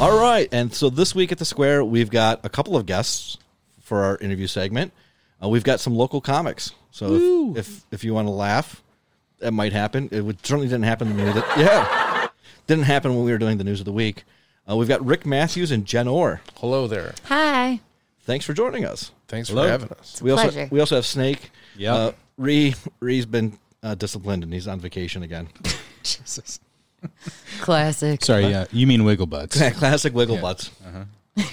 right. And so this week at the Square, we've got a couple of guests for our interview segment. Uh, we've got some local comics. So if, if if you want to laugh, that might happen. It would, certainly didn't happen to me. That, yeah, didn't happen when we were doing the news of the week. Uh, we've got Rick Matthews and Jen Orr. Hello there. Hi. Thanks for joining us. Thanks Hello. for having us. We also pleasure. we also have Snake. Yep. Uh, Ree Ree's been uh, disciplined and he's on vacation again. Classic. Sorry, yeah. You mean wiggle butts. Classic wiggle butts.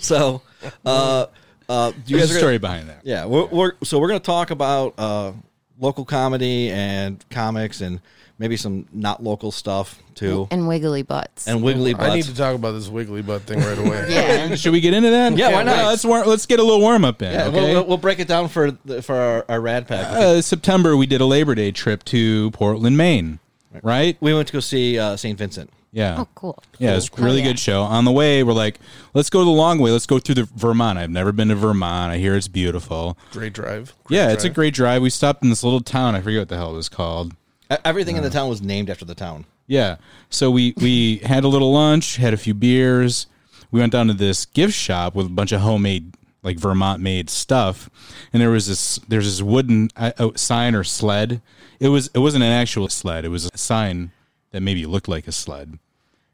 so, uh, uh, you There's guys a are story behind that. Yeah, we're, we're so we're going to talk about uh, local comedy and comics and maybe some not local stuff too And wiggly butts. and wiggly I need butts. to talk about this wiggly butt thing right away. yeah. Should we get into that? Yeah, why not? Well, let's, warm, let's get a little warm up in. yeah, okay? we'll- we'll, we'll break it down for the, for our, our rad pack. uh, September, we did a Labor Day trip to Portland, Maine. Right? we went to go see uh, Saint Vincent. Yeah. Oh, cool. Yeah, it's a Cool. really Oh, yeah. good show. On the way, we're like, let's go the long way. Let's go through the Vermont. I've never been to Vermont. I hear it's beautiful. Great drive. Great yeah, it's a drive. great drive. We stopped in this little town. I forget what the hell it was called. E- Everything Uh. in the town was named after the town. Yeah. So we we had a little lunch, had a few beers. We went down to this gift shop with a bunch of homemade like Vermont made stuff, and there was this there's this wooden uh, uh, sign or sled. It was it wasn't an actual sled. It was a sign that maybe looked like a sled.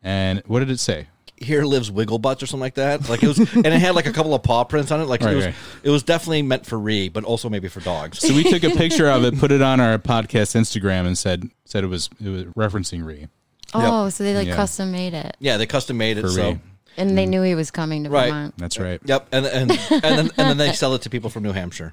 And what did it say? Here lives Wiggle Butts or something like that. Like it was, and it had like a couple of paw prints on it. Like Right, it was, right. it was definitely meant for Ree, but also maybe for dogs. So we took a picture of it, put it on our podcast Instagram, and said said it was it was referencing Re. Oh, so they like Yeah. custom made it. Yeah, they custom made it. For so Ree. And they knew he was coming to Right. Vermont. That's right. yep, and and and then, and then they sell it to people from New Hampshire.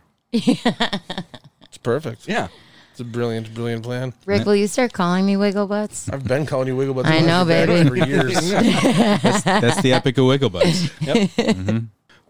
It's perfect. Yeah. It's a brilliant, brilliant plan. Rick, will you start calling me wiggle butts? I've been calling you wiggle butt. I know, baby. For years. That's the epic of Wiggle Butts.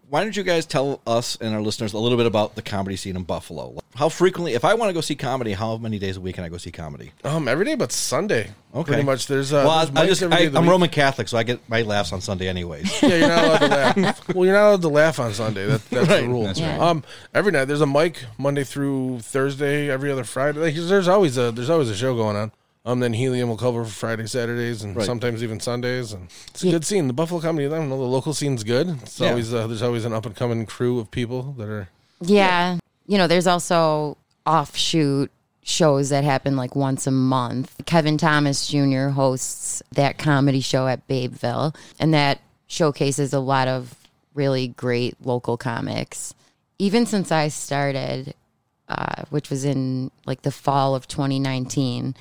why don't you guys tell us and our listeners a little bit about the comedy scene in Buffalo? How frequently, if I want to go see comedy, how many days a week can I go see comedy? um, every day but Sunday. Okay, Pretty much. Uh, There's a. well, I, there's I mics just every I, day of the I'm week. Roman Catholic, so I get my laughs on Sunday anyways. Yeah, you're not allowed to laugh. well, you're not allowed to laugh on Sunday. That, that's the rule. That's right. Um, every night there's a mic Monday through Thursday. Every other Friday, like, there's always a there's always a show going on. Um, then Helium will cover for Friday, Saturdays, and Right. sometimes even Sundays. And it's a Yeah. good scene. The Buffalo comedy, I don't know, the local scene's good. It's Yeah. always uh, there's always an up and coming crew of people that are Yeah. You know, there's also offshoot shows that happen like once a month. Kevin Thomas Jr. hosts that comedy show at Babeville, and that showcases a lot of really great local comics. Even since I started, uh, which was in like the fall of 2019,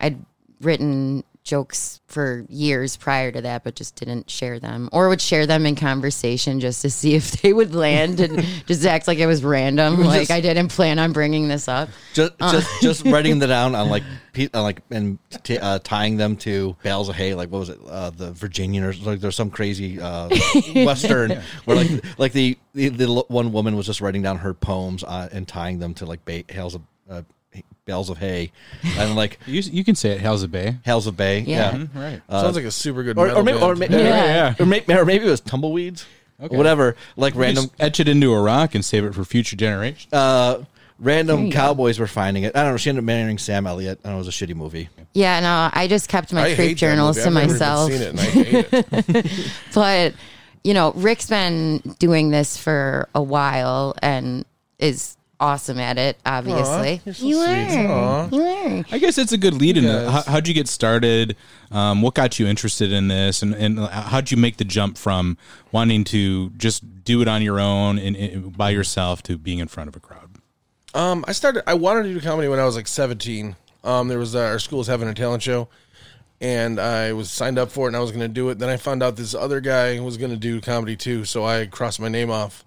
I'd written jokes for years prior to that, but just didn't share them or would share them in conversation just to see if they would land and just act like it was random. Like I didn't plan on bringing this up. just Ah. just just writing them down on like pe- on like and t- uh, tying them to bales of hay. Like what was it? Uh, the Virginian or like there's some crazy uh, western where like like the, the the lo- one woman was just writing down her poems uh, and tying them to like ba- bales of uh, bales of hay and like. You you can say it. How's it bay? Hells of Bay, Yeah. yeah. Right. sounds like a super good Uh, or, metal or maybe, or, maybe, band. Yeah. or, maybe, or maybe it was tumbleweeds, whatever. Like random, Just etch it into a rock and save it for future generations. uh, random you go. cowboys were finding it. I don't know. She ended up marrying Sam Elliott, and it was a shitty movie. Yeah, no, I just kept my I creep hate that journals movie. to I've never even myself. Seen it and I hate it. but you know rick's been doing this for a while and is awesome at it obviously you're so sweet. Aw. you are I guess it's a good lead in. Yes. How, how'd you get started? Um, what got you interested in this? And, and uh, how'd you make the jump from wanting to just do it on your own and, and by yourself to being in front of a crowd? Um, I started. I wanted to do comedy when I was like 17. Um, there was uh, our school was having a talent show, and I was signed up for it, and I was going to do it. Then I found out this other guy was going to do comedy too, so I crossed my name off.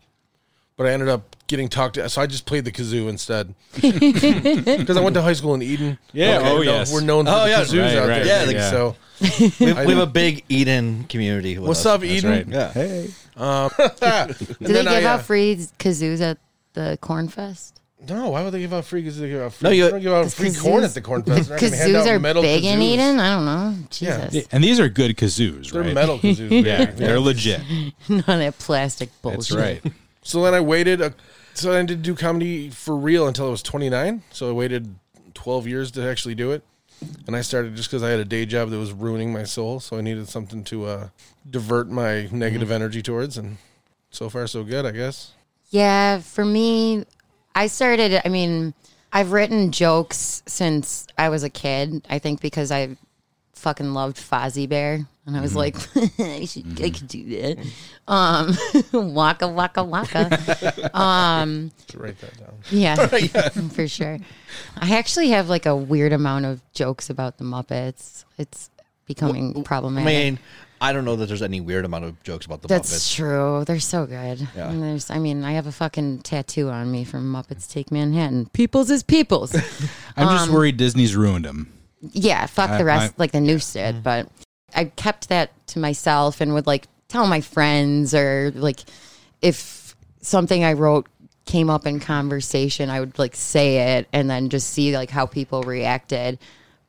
But I ended up getting talked to, so I just played the kazoo instead. Because I went to high school in Eden. Yeah, Okay, oh, no, yes. We're known for Oh, the yeah, kazoos right, out right, yeah, there. yeah. So, We, we have a big Eden community. With what's us. up, Eden? Yeah. Hey. do they then give I, out uh, free kazoos at the corn fest No, why would they give out free kazoos? They give out free, No, you- they don't give out free corn kazoos- at the corn fest. They're not gonna hand kazoos out are metal big in kazoos. eden i don't know Yeah. jesus And these are good kazoos, They're right? metal kazoos. baby. Yeah, they're legit. none of that plastic bullshit That's right. So then I waited. A, so then I did do comedy for real until I was 29. So I waited 12 years to actually do it. and I started just because I had a day job that was ruining my soul, so I needed something to uh, divert my negative energy towards, and so far so good, I guess. Yeah, for me, I started, I mean, I've written jokes since I was a kid, I think because I fucking loved Fozzie Bear. And I was Mm-hmm. like, I, should, I could do that. Um, waka, waka, waka. To write that down. Yeah, for sure. I actually have like a weird amount of jokes about the Muppets. It's becoming I problematic. mean, I don't know that there's any weird amount of jokes about the That's Muppets. true. They're so good. Yeah. And there's, I mean, I have a fucking tattoo on me from Muppets Take Manhattan. Peoples is peoples. I'm just worried Disney's ruined him. yeah, fuck Uh, I- the rest, I- like the noose Mm-hmm. did. But I kept that to myself and would like tell my friends or like if something I wrote came up in conversation, I would like say it and then just see like how people reacted.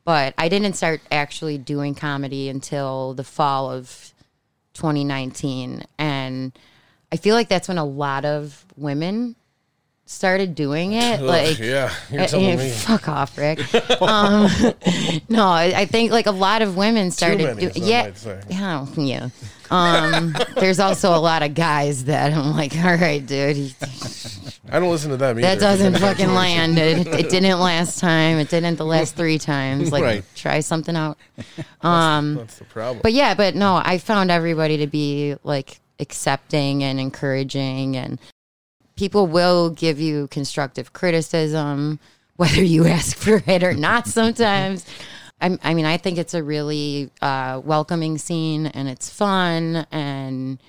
But I didn't start actually doing comedy until the fall of 2019. And I feel like that's when a lot of women started doing it. Ugh, like, yeah, you're uh, telling yeah, me. Fuck off, Rick. um, no, I I think like a lot of women started. many, some yeah, might say. yeah, yeah. Um, there's also a lot of guys that I'm like, all right, dude, he- I don't listen to them either. that doesn't fucking land. It, it didn't last time. It didn't the last three times. Like, Right. try something out. That's the problem. But yeah, but no, I found everybody to be like accepting and encouraging, and people will give you constructive criticism, whether you ask for it or not sometimes. I'm, I mean, I think it's a really uh, welcoming scene and it's fun, and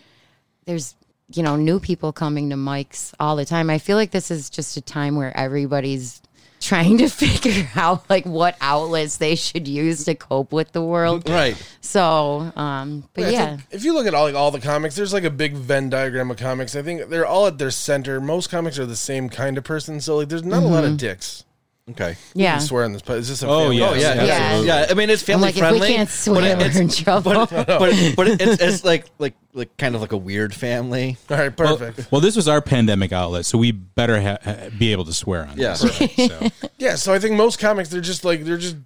there's, you know, new people coming to mics all the time. I feel like this is just a time where everybody's trying to figure out like what outlets they should use to cope with the world. Right. So, um, but I yeah, think if you look at all like all the comics, there's like a big Venn diagram of comics. I think they're all at their center. Most comics are the same kind of person, so like there's not a lot of dicks. Okay. Mm-hmm. yeah. I swear on this, but it's just a Oh, family yeah. Oh yeah, podcast. Yeah. yeah, yeah. I mean, it's I'm family like, friendly. if we can't but swear, it- we're in it's trouble. but but, but it's, it's like like like kind of like a weird family. All right, perfect. Well, this was our pandemic outlet, so we better ha- ha- be able to swear on Yeah. this. Right, so. yeah, so I think most comics they're just like they're just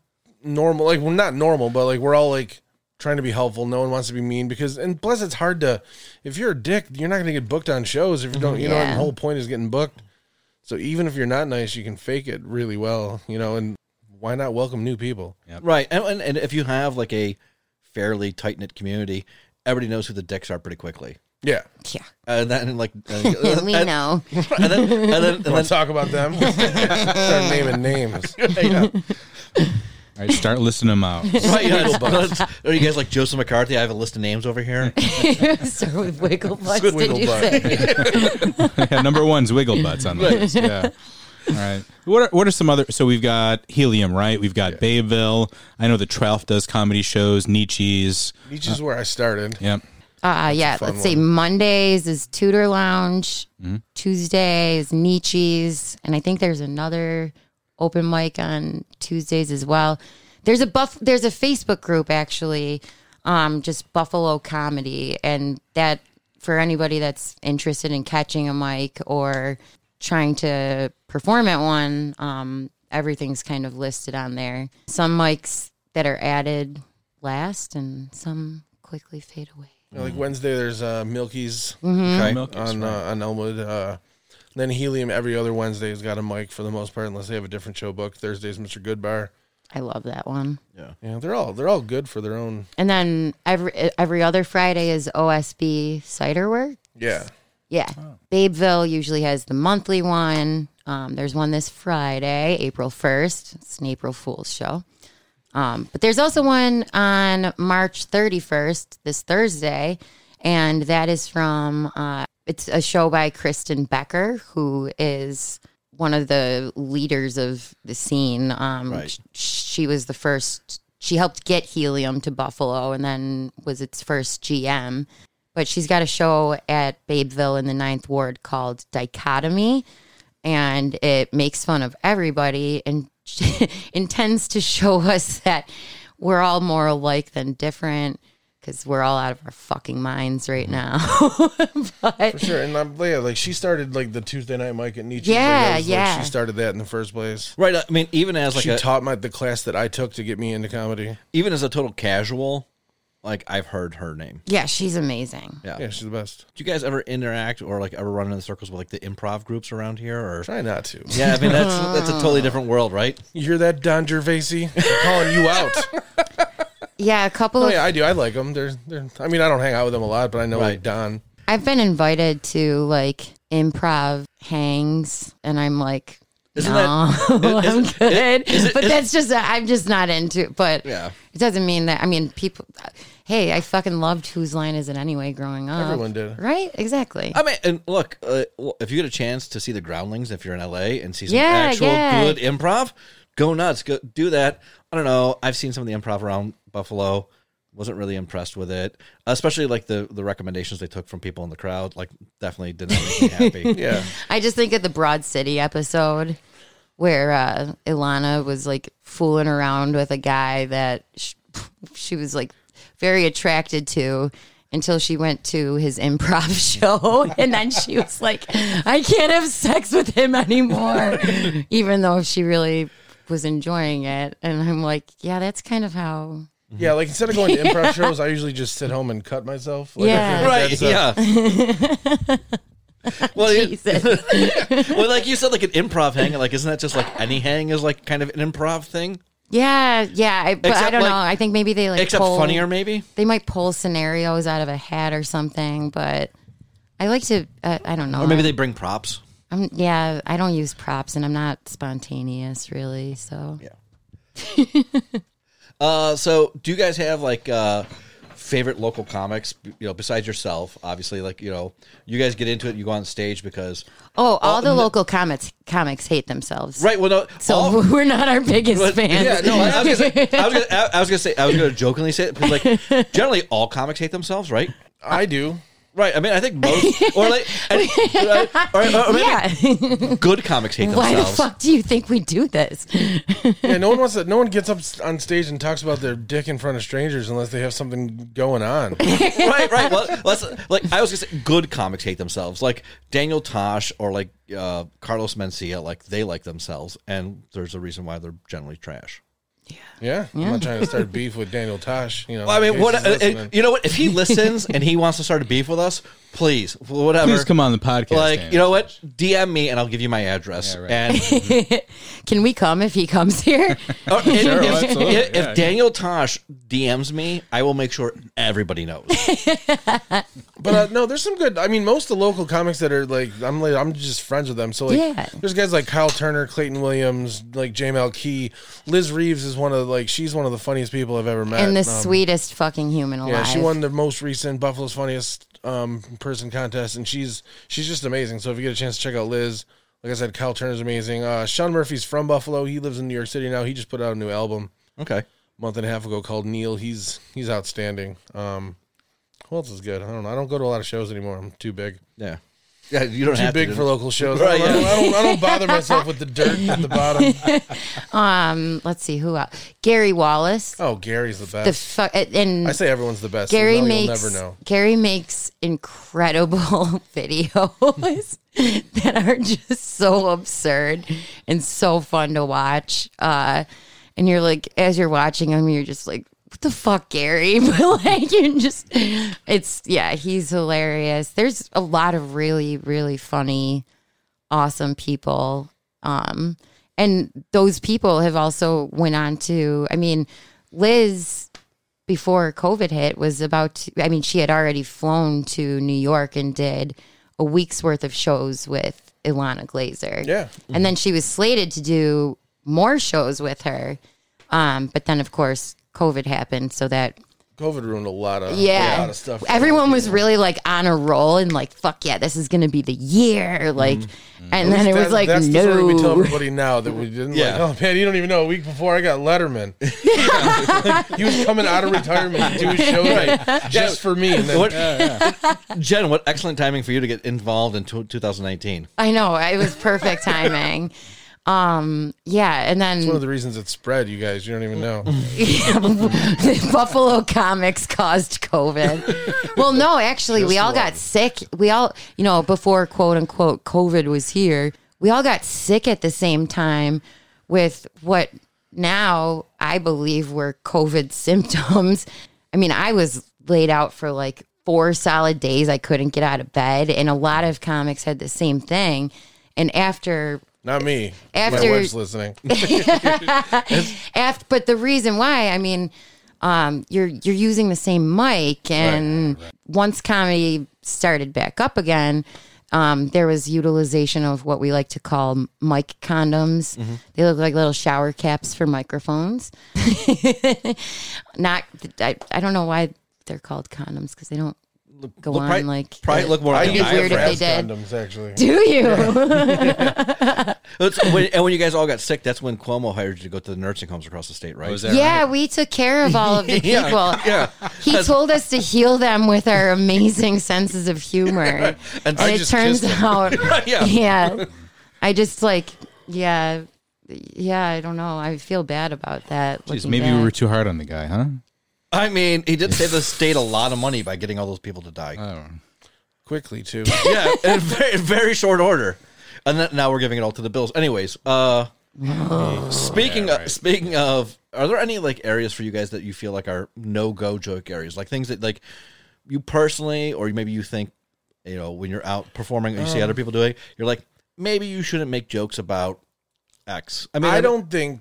normal. Like we're not normal, but like we're all like trying to be helpful. No one wants to be mean because and plus it's hard to if you're a dick, you're not going to get booked on shows if you don't. You know, and Yeah. the whole point is getting booked. So even if you're not nice, you can fake it really well. You know, and why not welcome new people? Right. And, and and if you have like a fairly tight knit community, everybody knows who the dicks are pretty quickly. Yeah, yeah. And then like And we and- know. And then and then, and then let's talk about them. Start naming names. yeah. All right, start listing them out. Right, yeah, it's- are you guys like Joseph McCarthy? I have a list of names over here. Start with wiggle butts. Wiggle did you butt. say? yeah, number one's wiggle butts on the list. Yeah. All right. What are, what are some other? So we've got Helium, right? We've got Bayville. I know the Trough does comedy shows. Nietzsche's. Each is where I started. Yep. Uh, yeah, fun let's see. Mondays is Tudor Lounge. Tuesday is Nietzsche's, and I think there's another open mic on Tuesdays as well. There's a buff. There's a Facebook group actually, um, just Buffalo comedy, and that for anybody that's interested in catching a mic or trying to perform at one, um, everything's kind of listed on there. Some mics that are added last, and some quickly fade away. You know, Like Wednesday, there's uh, Milky's Okay. Milk is on uh, on Elmwood. Uh, then Helium every other Wednesday has got a mic for the most part, unless they have a different show booked. Thursday's Mr. Goodbar. I love that one. Yeah, they're all they're all good for their own. And then every every other Friday is OSB cider work. Yeah, Yeah, Babeville usually has the monthly one. Um, there's one this Friday, April first. It's an April Fool's show. Um, but there's also one on March 31st, this Thursday, and that is from uh, it's a show by Kristen Becker, who is one of the leaders of the scene. Um, Right. sh- she was the first. She helped get Helium to Buffalo, and then was its first GM. But she's got a show at Babeville in the Ninth Ward called Dichotomy and it makes fun of everybody and intends to show us that we're all more alike than different. because we're all out of our fucking minds right now. For but sure, and I'm, yeah, like she started like the Tuesday night mic at Nietzsche. Yeah, yeah. She started that in the first place. Right. I mean, even as like she a, taught my the class that I took to get me into comedy. even as a total casual, like I've heard her name. yeah, she's amazing. Yeah. Yeah, she's the best. Do you guys ever interact or like ever run in the circles with like the improv groups around here or? Try not to. Yeah, I mean that's that's a totally Oh. different world, right? You hear that, Don Gervasi? I'm calling you out. Yeah, a couple oh of yeah, I do. I like them. They're, they're. I mean, I don't hang out with them a lot, but I know Right. like Don. I've been invited to like improv hangs, and I'm like, Isn't no, that- I'm isn't- good. is it- but is- that's just I'm just not into. it. But Yeah. it doesn't mean that. I mean, people. Hey, I fucking loved whose line is it anyway? Growing up, Everyone did. Uh, right? Exactly. I mean, and look, uh, well, if you get a chance to see the Groundlings, if you're in LA and see some Yeah, actual yeah. good improv, go nuts, go do that. I don't know. I've seen some of the improv around Buffalo. Wasn't really impressed with it, especially like the the recommendations they took from people in the crowd. Like, definitely didn't make me happy. Yeah, I just think of the Broad City episode where uh, Ilana was like fooling around with a guy that she, she was like very attracted to until she went to his improv show and then she was like I can't have sex with him anymore even though she really was enjoying it and I'm like yeah that's kind of how yeah. Like instead of going to improv shows, I usually just sit home and cut myself. Like, I Yeah. feel like right? that's, uh, Yeah. well, you- Jesus well, like you said, like an improv hang. Like, isn't that just like any hang is like kind of an improv thing, yeah yeah I, but I Except, don't like- know I think maybe they like except pull- funnier, maybe. they might pull scenarios out of a hat or something, but I like to. Uh, I don't know. Or maybe they bring props. I'm, yeah, I don't use props, and I'm not spontaneous really. So Uh, so do you guys have like uh favorite local comics b- you know besides yourself obviously like you know you guys get into it you go on stage because oh, all the local comics comics hate themselves. right well no So all- we're not our biggest fans. yeah no I, I was gonna say I was gonna, I, I was gonna say I was gonna jokingly say it because like generally all comics hate themselves right I do. right I mean I think most or like and- or, or- or maybe Yeah. good comics hate Why the themselves fuck do you think we do this? Yeah, no one wants to. No one gets up s- on stage and talks about their dick in front of strangers unless they have something going on. right, right. Well, let's like I was gonna say, good comics hate themselves. Like Daniel Tosh or like uh, Carlos Mencia, like they like themselves, and there's a reason why they're generally trash. Yeah, I'm not trying to start beef with Daniel Tosh. You know, Well, I mean, in what uh, case he's listening. you know? What if he listens and he wants to start a beef with us? Please, whatever. Please come on the podcast. Like Dan. you know what? DM me and I'll give you my address. Yeah, right. And Can we come if he comes here? or- and Sure, if, absolutely, if- if yeah. Daniel Tosh DMs me, I will make sure everybody knows. But uh, no, there's some good. I mean, most of the local comics that are like, I'm like, I'm just friends with them. So like, Yeah. there's guys like Kyle Turner, Clayton Williams, like Jamal Key, Liz Reeves is one of like, she's one of the funniest people I've ever met. and the Um, sweetest fucking human alive. yeah, she won the most recent Buffalo's Funniest um, Person contest, and she's she's just amazing. So if you get a chance to check out Liz, like I said, Kyle Turner's amazing. Uh, Sean Murphy's from Buffalo. He lives in New York City now. He just put out a new album Okay. a month and a half ago called Neil. He's he's outstanding. Um, who else is good? I don't know. I don't go to a lot of shows anymore. I'm too big. Yeah. Yeah. You don't too have big to. do- for local shows. Right, I, don't, yeah. I, don't, I don't bother myself with the dirt at the bottom. Um, let's see who else. Gary Wallace. Oh, Gary's the The best. fuck and I say everyone's the best. Gary Gary no, makes You'll never know. Gary makes incredible videos that are just so absurd and so fun to watch. Uh, and you're like, as you're watching him, you're just like, what the fuck, Gary? But like, you just, it's yeah, he's hilarious. There's a lot of really, really funny, awesome people. Um, and those people have also went on to, I mean, Liz before COVID hit was about to, I mean, she had already flown to New York and did a week's worth of shows with Ilana Glazer. Yeah. And then she was slated to do more shows with her. Um, but then, of course, COVID happened. So that, COVID ruined a lot of a yeah, lot of stuff. for everyone me. was really like on a roll and like, fuck yeah, this is going to be the year. Mm-hmm. Like, and then it That- was like, that's the story we tell no. everybody now that we didn't Yeah. like. Oh man, you don't even know. A week before I got Letterman, he was coming out of retirement to do a show night just for me. And then, What- Jen, what excellent timing for you to get involved in tw 2019. I know. It was perfect timing. Um, yeah, and then One of the reasons it spread, you guys, you don't even know. the Buffalo comics caused COVID. well, no, actually, we all got sick. We all, you know, before quote unquote COVID was here, we all got sick at the same time with what now I believe were COVID symptoms. I mean, I was laid out for like four solid days. I couldn't get out of bed. And a lot of comics had the same thing. And after Not me. After- My wife's listening. Aft, but the reason why, I mean, um, you're you're using the same mic, and once comedy started back up again, um, there was utilization of what we like to call mic condoms. Mm-hmm. They look like little shower caps for microphones. Not, I, I don't know why they're called condoms because they don't go Look, on probably- like. probably look more I like It'd be a use weird if diaphragm. they brass did. condoms, actually. Do you? That's- when- and when you guys all got sick, that's when Cuomo hired you to go to the nursing homes across the state, right? Oh, is that yeah, we took care of all of the people. Yeah, yeah. He told us to heal them with our amazing senses of humor. And, I it just turns kissed out, Yeah. yeah. I just like, yeah, yeah, I don't know. I feel bad about that. Jeez, looking maybe we back. were too hard on the guy, huh? I mean, he did save the state a lot of money by getting all those people to die. Quickly, too. yeah, in very, in very short order. And then, now we're giving it all to the Bills. Anyways, uh, speaking of, speaking of, are there any like areas for you guys that you feel like are no go joke areas, like things that like you personally, or maybe you think, you know, when you're out performing, and you see Um. other people doing, you're like, maybe you shouldn't make jokes about X. I mean, I don't think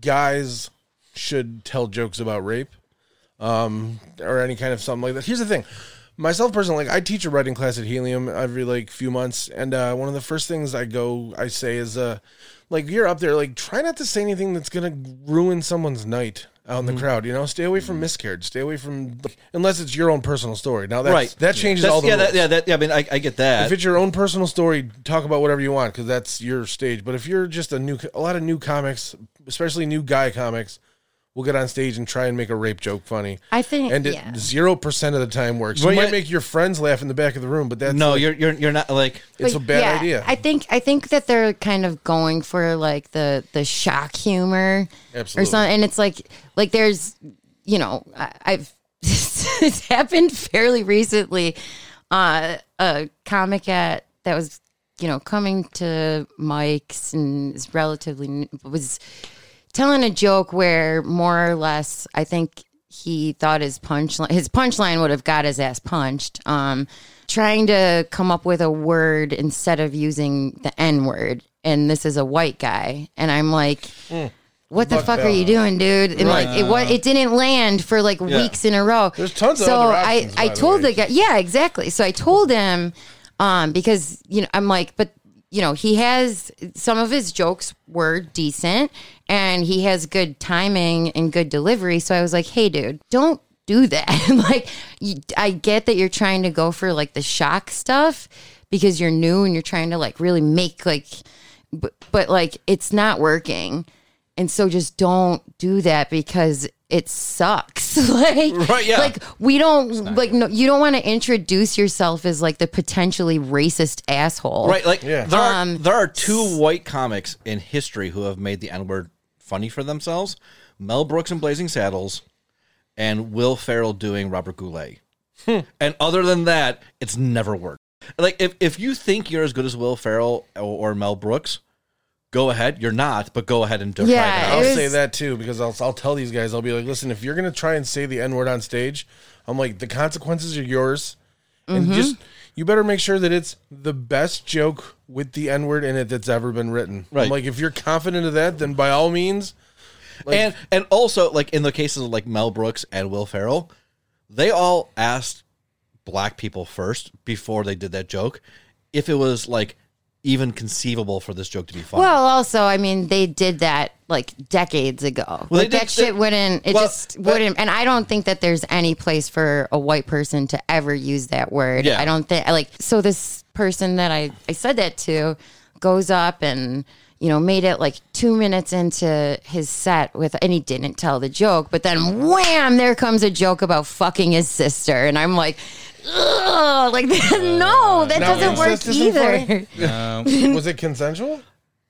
guys should tell jokes about rape um, or any kind of something like that. Here's the thing. Myself personally, like I teach a writing class at Helium every like few months, and uh, one of the first things I go I say is, uh, like you're up there, like try not to say anything that's gonna ruin someone's night out in Mm-hmm. the crowd. You know, stay away from miscarriage, stay away from unless it's your own personal story. Now that's, Right. that changes That's- all the yeah, rules. that, yeah, that, yeah. I mean, I, I get that. If it's your own personal story, talk about whatever you want because that's your stage. But if you're just a new, a lot of new comics, especially new guy comics, will get on stage and try and make a rape joke funny, I think, and yeah. it zero percent of the time works. Well, you yeah. might make your friends laugh in the back of the room, but that's no, like, you're you're you're not like it's a But bad yeah, idea. I think I think that they're kind of going for like the the shock humor or Absolutely. something, and it's like like there's you know I, I've it's happened fairly recently. Uh, a comic at that was you know coming to Mike's and is relatively new- was telling a joke where more or less I think he thought his punchline his punchline would have got his ass punched. Um trying to come up with a word instead of using the N word and this is a white guy and I'm like What the Buck fuck are Bell. you doing, dude? And like it was, it didn't land for like weeks in a row. There's tons of so other I options, I by the told way. the guy, yeah, exactly. So I told him, um, because you know I'm like, but you know he has some of his jokes were decent, and he has good timing and good delivery. So I was like, hey, dude, don't do that. like, you, I get that you're trying to go for like the shock stuff because you're new and you're trying to like really make like, but, but like it's not working. And so just don't do that because it sucks. like, Right, yeah. like we don't like no you don't want to introduce yourself as like the potentially racist asshole. Right, like Yeah. there, are, there are two white comics in history who have made the N word funny for themselves: Mel Brooks in Blazing Saddles, and Will Ferrell doing Robert Goulet. and other than that, it's never worked. Like if if you think you're as good as Will Ferrell or, or Mel Brooks, go ahead. You're not, but go ahead and do Yeah, try it out. I'll It say was- that too because I'll, I'll tell these guys, I'll be like, listen, if you're going to try and say the N word on stage, I'm like, the consequences are yours. And just, you better make sure that it's the best joke with the N word in it that's ever been written. I'm Right. like, if you're confident of that, then by all means, and and also like in the cases of like Mel Brooks and Will Ferrell, they all asked black people first before they did that joke if it was like even conceivable for this joke to be funny. Well, also, I mean, they did that like decades ago. Well, they like, that did- shit they- wouldn't. It well, just but- wouldn't. And I don't think that there's any place for a white person to ever use that word. Yeah. I don't think like so. This person that I I said that to goes up and you know made it like two minutes into his set with and he didn't tell the joke but then wham there comes a joke about fucking his sister and i'm like Ugh, like no that now doesn't work incest isn't either funny? was it consensual?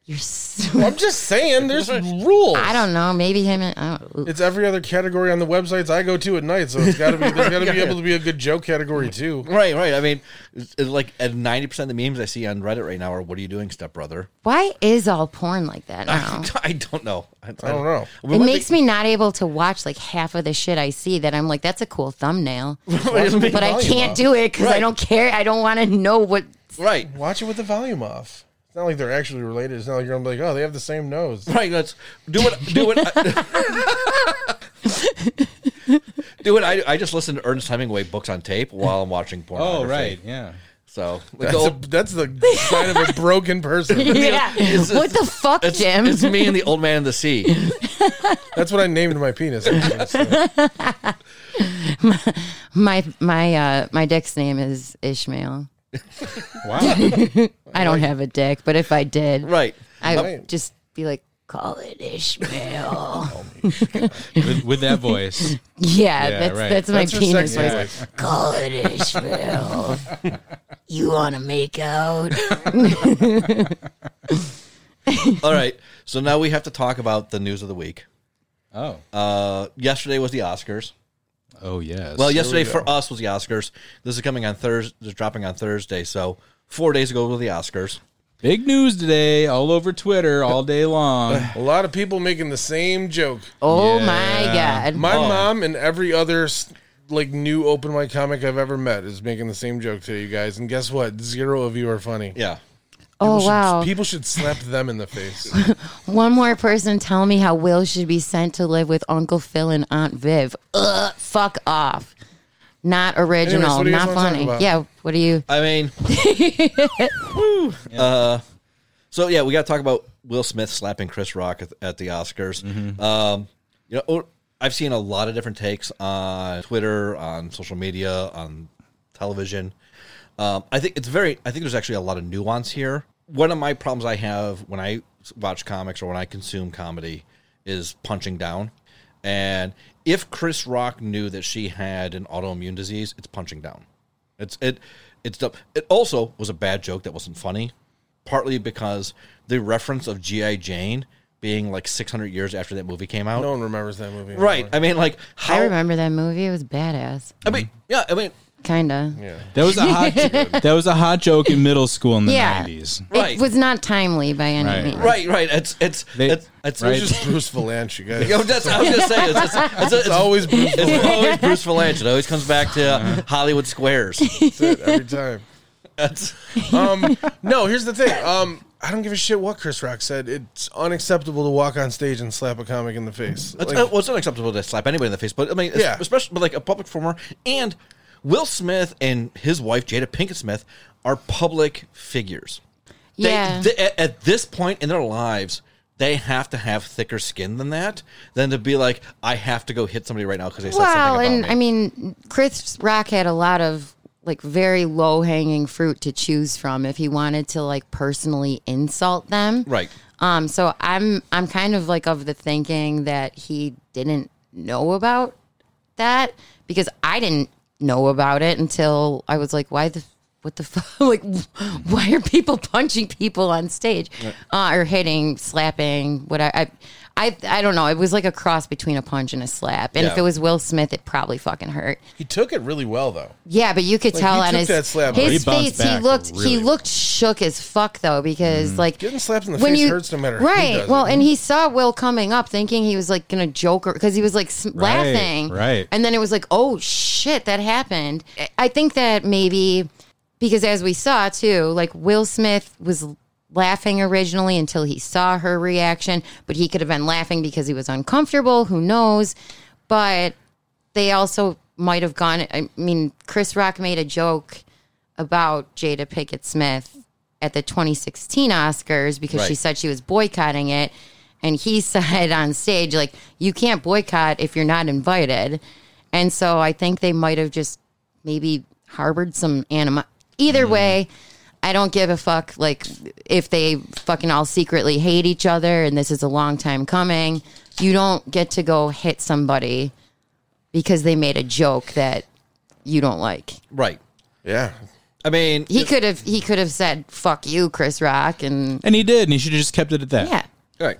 You're s I'm just saying, there's rules. I don't know. Maybe him and I don't, It's every other category on the websites I go to at night, so it's got to be there's got to be able to be a good joke category too. Right, right. I mean, it's, it's like at ninety percent of the memes I see on Reddit right now are "What are you doing, stepbrother?" why is all porn like that now? I don't know. I, I I don't know. We It went makes me not able to watch like half of the shit I see that I'm like, that's a cool thumbnail. to- But I can't do it because I Right. don't care. I don't want to know what. right, Watch it with the volume off. It's not like they're actually related. It's not like you're gonna be like, oh, they have the same nose. right. Let's do what do what. do what I I just listen to Ernest Hemingway books on tape while I'm watching porn. Oh, right. Yeah. So like, That's, the a, old- that's the sign of a broken person. Yeah. what the fuck, it's, Jim? it's me and the old man in the sea. That's what I named my penis. my my uh my dick's name is Ishmael. Wow. I don't have a dick, but if I did, Right. I Right. would just be like, call it Ishmael. with, with that voice. yeah, that's right. that's my That's her penis sex voice. voice. Call it Ishmael. you want to make out? All right. So now we have to talk about the news of the week. Oh. Uh, yesterday was the Oscars. oh yes. Well, yesterday for us was the Oscars. This is coming on Thursday, dropping on Thursday. So four days ago were the Oscars. Big news today, all over Twitter, all day long. a lot of people making the same joke. Oh Yeah. my god! My mom and every other s- like new open mic comic I've ever met is making the same joke today, you guys. And guess what? Zero of you are funny. Yeah. oh People should- wow! People should slap them in the face. One more person tell me how Will should be sent to live with Uncle Phil and Aunt Viv. Ugh, fuck off. Not original. what do you guys not wanna talk funny. about? Yeah. What do you? I mean, whew. Uh, so yeah, we got to talk about Will Smith slapping Chris Rock at, at the Oscars. Um, you know, or- I've seen a lot of different takes on Twitter, on social media, on television. Um, I think it's very. I think there's actually a lot of nuance here. One of my problems I have when I watch comics or when I consume comedy is punching down. And if Chris Rock knew that she had an autoimmune disease, it's punching down. It's it it's dumb. It also was a bad joke that wasn't funny, partly because the reference of GI Jane being like 600 years after that movie came out. No one remembers that movie. anymore. Right. I mean, like how? Oh. I remember that movie. It was badass. I mean, yeah. I mean, Kinda. Yeah. That was a hot that was a hot joke in middle school in the Yeah. nineties. Right. It was not timely by any Right. means. right, right. It's it's They- it's, it's right. It's just Bruce Valanche, you guys. You know, that's, I was gonna say it's, it's, it's, it's, It's always Bruce it's Valanche always Bruce Valanche. It always comes back to Hollywood Squares. every time. That's, Um, no, here's the thing. Um, I don't give a shit what Chris Rock said. It's unacceptable to walk on stage and slap a comic in the face. that's Like, uh, well, it's unacceptable to slap anybody in the face, but I mean, it's- Yeah. especially but like a public performer and Will Smith and his wife Jada Pinkett Smith are public figures. They, Yeah. th- at, at this point in their lives, they have to have thicker skin than that, than to be like, I have to go hit somebody right now because they said well, something about and me. I mean, Chris Rock had a lot of like very low hanging fruit to choose from if he wanted to like personally insult them. right. Um, so I'm I'm kind of like of the thinking that he didn't know about that because I didn't know about it until I was like, why the what the fuck? like, why are people punching people on stage uh, or hitting, slapping? What I, I I I don't know. It was like a cross between a punch and a slap. And if Yeah. it was Will Smith, it probably fucking hurt. he took it really well, though. Yeah, but you could tell he on took his that slap hard. He his bounced face. He back looked really he looked shook as fuck though because like Getting slapped in the when face you- hurts no matter who right. does well, it. and he saw Will coming up, thinking he was like gonna joke or because he was like s laughing, right. And then it was like, oh shit, that happened. I- I think that maybe because as we saw too, like Will Smith was laughing originally until he saw her reaction, but he could have been laughing because he was uncomfortable. Who knows? But they also might have gone. I mean, Chris Rock made a joke about Jada Pickett Smith at the 2016 Oscars because she Right. said she was boycotting it. And he said on stage, like, you can't boycott if you're not invited. And so I think they might have just maybe harbored some anima. Either way, I don't give a fuck, like, if they fucking all secretly hate each other and this is a long time coming. You don't get to go hit somebody because they made a joke that you don't like. Right. yeah. I mean, He could have he could have said "fuck you, Chris Rock," and And he did, and he should have just kept it at that. yeah, Right.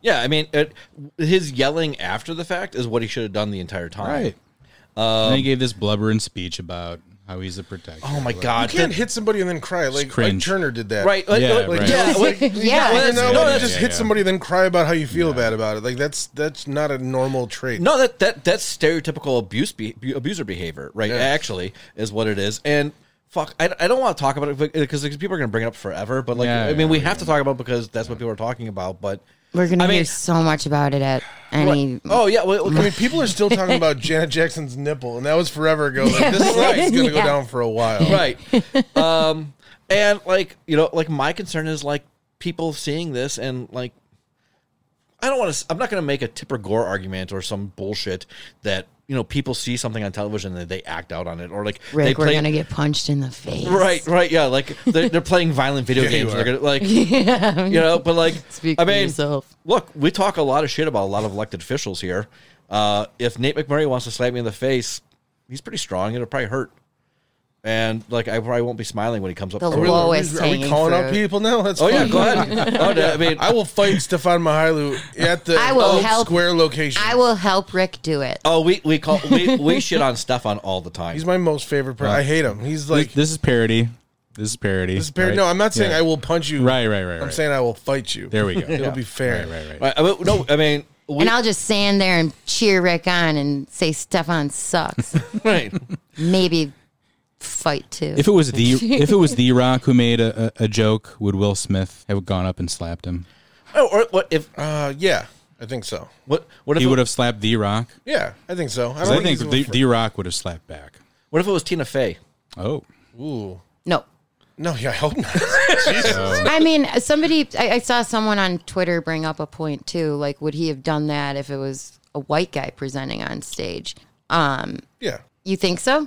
Yeah, I mean, it, his yelling after the fact is what he should have done the entire time. Right. Um, and he gave this blubbering speech about how he's a protector. Oh my You god. can't that- hit somebody and then cry like, like cringe. Turner did that. right. Like, Yeah, like, right. yeah, like- Yeah. well, You know, no, you that's- just yeah, hit yeah. somebody and then cry about how you feel bad about it. Like that's that's not a normal trait. No, that, that that's stereotypical abuse be, abuser behavior, right? Yeah. Actually, is what it is. And fuck, I, I don't want to talk about it because people are going to bring it up forever. But like, Yeah, I mean, yeah, we yeah. have to talk about it because that's what people are talking about. But we're gonna I hear mean- so much about it at any. oh yeah, well, I mean, people are still talking about Janet Jackson's nipple, and that was forever ago. Like, this right. is going to go Yeah. down for a while. right um and like you know like my concern is like people seeing this and like i don't want to i'm not going to make a tipper gore argument or some bullshit that you know people see something on television and they act out on it or like they Rick, we're play gonna get punched in the face. right right yeah like they're, they're playing violent video Yeah, you games and are. they're gonna like you know but like Speak i for mean yourself. look we talk a lot of shit about a lot of elected officials here uh if nate mcmurray wants to slap me in the face he's pretty strong it'll probably hurt and like i probably won't be smiling when he comes up The to me. Are we- are we- Lowest Are we hanging calling out fruit. people now? That's oh yeah fine. go ahead oh, no, i mean I will fight Stefan Mahailu at the I will Elk help- Square location. I will help Rick do it. oh we we call we, we shit on stefan all the time He's my most favorite person. I hate him. He's like this, this is parody. This is parody. this. Par- No, I'm not saying I will punch you. Right, right, right. I'm right. saying I will fight you. There we go. It'll be fair. Right, right, Right, right. I mean, no i mean we, and I'll just stand there and cheer Rick on and say Stefan sucks. right Maybe fight too. If it was the if it was the Rock who made a, a, a joke, would Will Smith have gone up and slapped him? oh, or what if Uh, yeah, I think so. what what if He it- would have slapped the Rock. Yeah, I think so. I, 'Cause don't I think he's a- the, the Rock would have slapped back. what if it was tina fey Oh, Ooh. no. No, yeah, I hope not. Oh. I mean, somebody, I, I saw someone on Twitter bring up a point too. Like, would he have done that if it was a white guy presenting on stage? Um, yeah, you think so?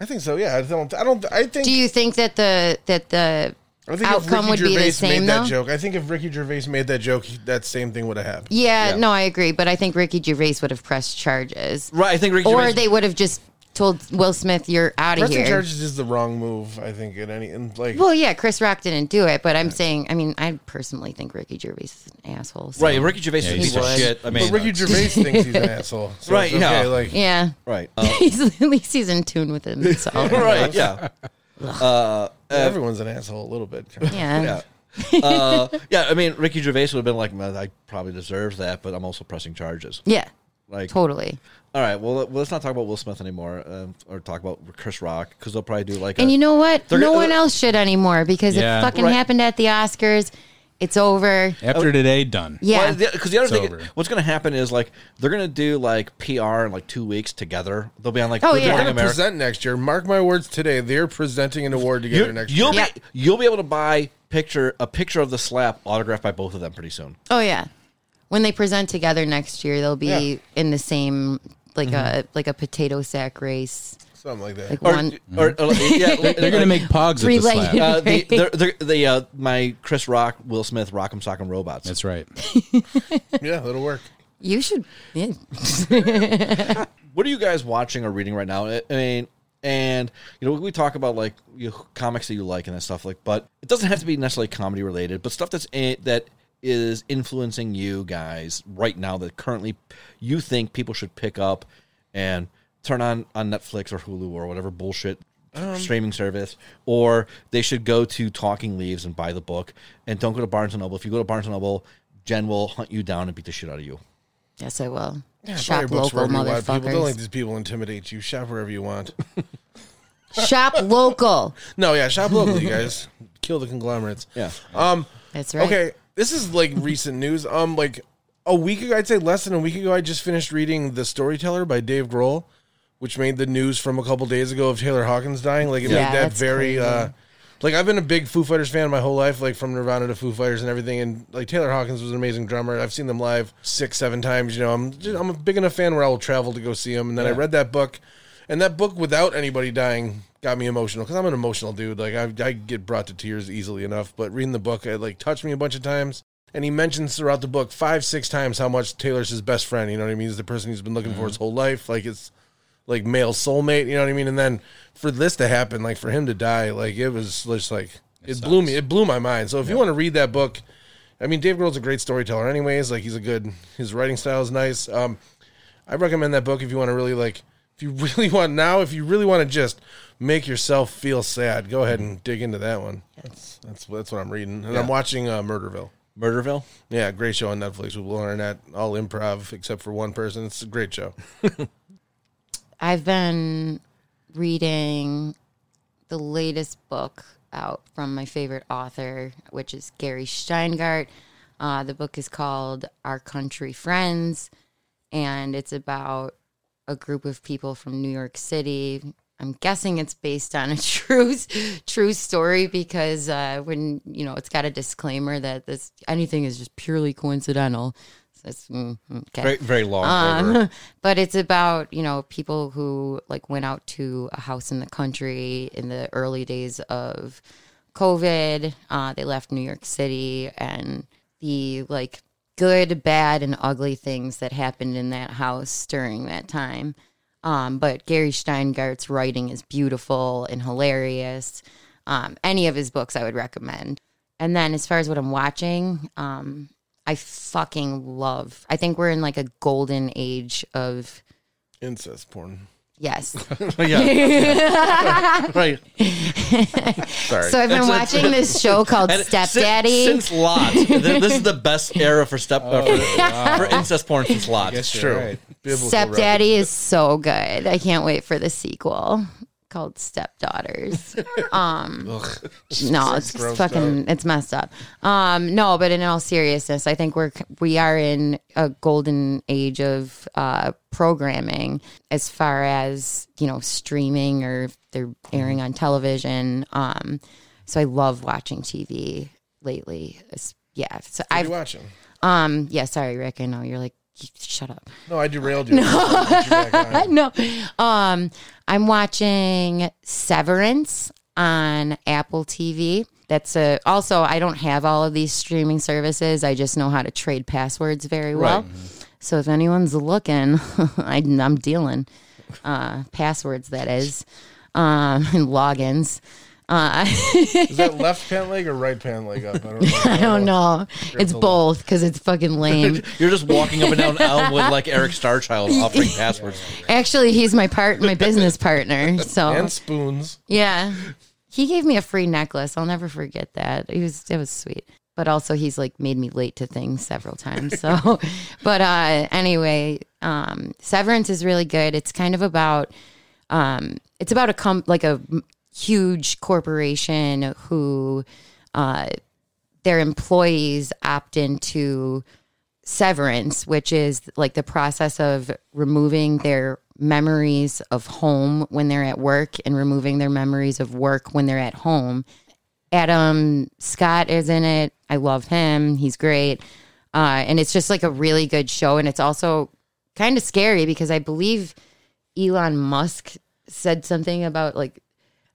I think so. Yeah, I don't. I don't. I think. Do you think that the that the I think if Ricky outcome would Gervais be the made same though? that joke. I think if Ricky Gervais made that joke, he- that same thing would have happened. Yeah, no, I agree, but I think Ricky Gervais would have pressed charges, right i think Ricky or Gervais- they would have just told Will Smith, "You're out of Pressing here." charges is the wrong move. I think in any in like. Well, yeah, Chris Rock didn't do it, but I'm saying, I mean, I personally think Ricky Gervais is an asshole. so- Right, Ricky Gervais is a he piece of was. shit. I mean, but Ricky Gervais thinks he's an asshole. So Right, It's okay, yeah. Like. Yeah. right, uh, He's, at least he's in tune with himself. right, yeah, Everyone's an asshole a little bit. Yeah. yeah, uh, yeah. I mean, Ricky Gervais would have been like, "Man, I probably deserve that, but I'm also pressing charges. Yeah. Like, Totally. all right, well, let- well, let's not talk about Will Smith anymore, um, or talk about Chris Rock because they'll probably do like, And a, you know what? They're No gonna- one else should anymore because Yeah. it fucking Right. happened at the Oscars. It's over. Oh. after today, done. Yeah. because the other It's thing, over. what's going to happen is like they're going to do like PR in like two weeks together. They'll be on like Oh, Good Morning yeah. They're going to America. present next year. Mark my words today. They're presenting an award together You, next will year. Yeah. be you'll be able to buy picture a picture of the slap autographed by both of them pretty soon. Oh yeah. When they present together next year, they'll be Yeah. in the same like a like a potato sack race. Something like that. Like Or, one or, or, yeah, They're gonna make pogs at the Related. slap. Uh, the, Right. the, the, the uh, my Chris Rock, Will Smith, Rock'em Sock'em Robots. That's right. yeah, that'll work. you should yeah. what are you guys watching or reading right now? I I mean, and you know, we talk about like you know, comics that you like and that stuff, like, but it doesn't have to be necessarily comedy related, but stuff that's in, that is influencing you guys right now that currently you think people should pick up and turn on on Netflix or Hulu or whatever bullshit streaming service, or they should go to Talking Leaves and buy the book, and don't go to Barnes and Noble. If you go to Barnes and Noble, Jen will hunt you down and beat the shit out of you. Yes, I will. Buy Shop your books local wherever you want, people. Don't let motherfuckers. these people intimidate you. Shop wherever you want. Shop local. No, yeah, shop local, you guys. Kill the conglomerates. Yeah. Um. That's right. Okay, this is like recent news. Um, like a week ago, I'd say less than a week ago, I just finished reading The Storyteller by Dave Grohl, which made the news from a couple days ago of Taylor Hawkins dying. Like it Yeah, made that that's very. crazy. uh like I've been a big Foo Fighters fan my whole life, like from Nirvana to Foo Fighters and everything. And like Taylor Hawkins was an amazing drummer. I've seen them live six, seven times. You know, I'm just, I'm a big enough fan where I will travel to go see them. And then I read that book, and that book without anybody dying got me emotional because I'm an emotional dude. Like I, I get brought to tears easily enough. But reading the book, it like touched me a bunch of times. And he mentions throughout the Mm-hmm. book five, six times how much Taylor's his best friend. You know what I mean? He's the person he's been looking for his whole life. Like it's like male soulmate. You know what I mean? And then for this to happen, like for him to die, like it was just like it, blew me. It blew my mind. So if you want to read that book, I mean, Dave Grohl's a great storyteller. Anyways, like he's a good. His writing style is nice. Um, I recommend that book if you want to really like. If you really want now, if you really want to just make yourself feel sad, go ahead and dig into that one. That's that's that's what I'm reading, and I'm watching uh, Murderville. Murderville. Yeah, great show on Netflix with Will Arnett. All improv except for one person. It's a great show. I've been reading the latest book out from my favorite author, which is Gary Steingart. Uh, the book is called Our Country Friends, and it's about a group of people from New York City. I'm guessing it's based on a true true story because uh, when you know it's got a disclaimer that this anything is just purely coincidental. So it's, mm, okay Very very long. over. um, but it's about you know people who like went out to a house in the country in the early days of covid uh, they left new york city and the like good bad and ugly things that happened in that house during that time um, but gary steingart's writing is beautiful and hilarious um, any of his books i would recommend and then as far as what i'm watching um, I fucking love. I think we're in like a golden age of Incest porn. yes. yeah. right. Sorry. So I've been watching this show called And Stepdaddy. Since, since Lot. Th- This is the best era for step uh, Oh, for, for incest porn since Lot. it's true. Biblical reference. Stepdaddy is so good. I can't wait for the sequel called Stepdaughters. Um, no, it's grossed fucking, it's messed up. Um, no, but in all seriousness, I think we're we are in a golden age of uh, programming as far as you know streaming or if they're airing on television. Um, so I love watching TV lately. It's- yeah, so What are you I've watching? um, yeah. Sorry, Rick. I know you're like, shut up. No, I derailed you. No. no. Um, I'm watching Severance on Apple TV. That's a also I don't have all of these streaming services. I just know how to trade passwords very well. So if anyone's looking, I, I'm dealing uh, passwords that is um, and logins. Uh, Is that left pant leg or right pant leg up? I don't know. I don't know. It's both because it's fucking lame. You're just walking up and down Elmwood like Eric Starchild offering passwords. Actually, he's my part, my business partner. So And spoons. Yeah. He gave me a free necklace. I'll never forget that. He was it was sweet. But also he's like made me late to things several times. So but uh anyway, um Severance is really good. It's kind of about um it's about a com- like a m- huge corporation who uh their employees opt into severance, which is like the process of removing their memories of home when they're at work and removing their memories of work when they're at home. Adam Scott is in it. I love him. He's great. Uh, and it's just like a really good show. And it's also kind of scary because I believe Elon Musk said something about like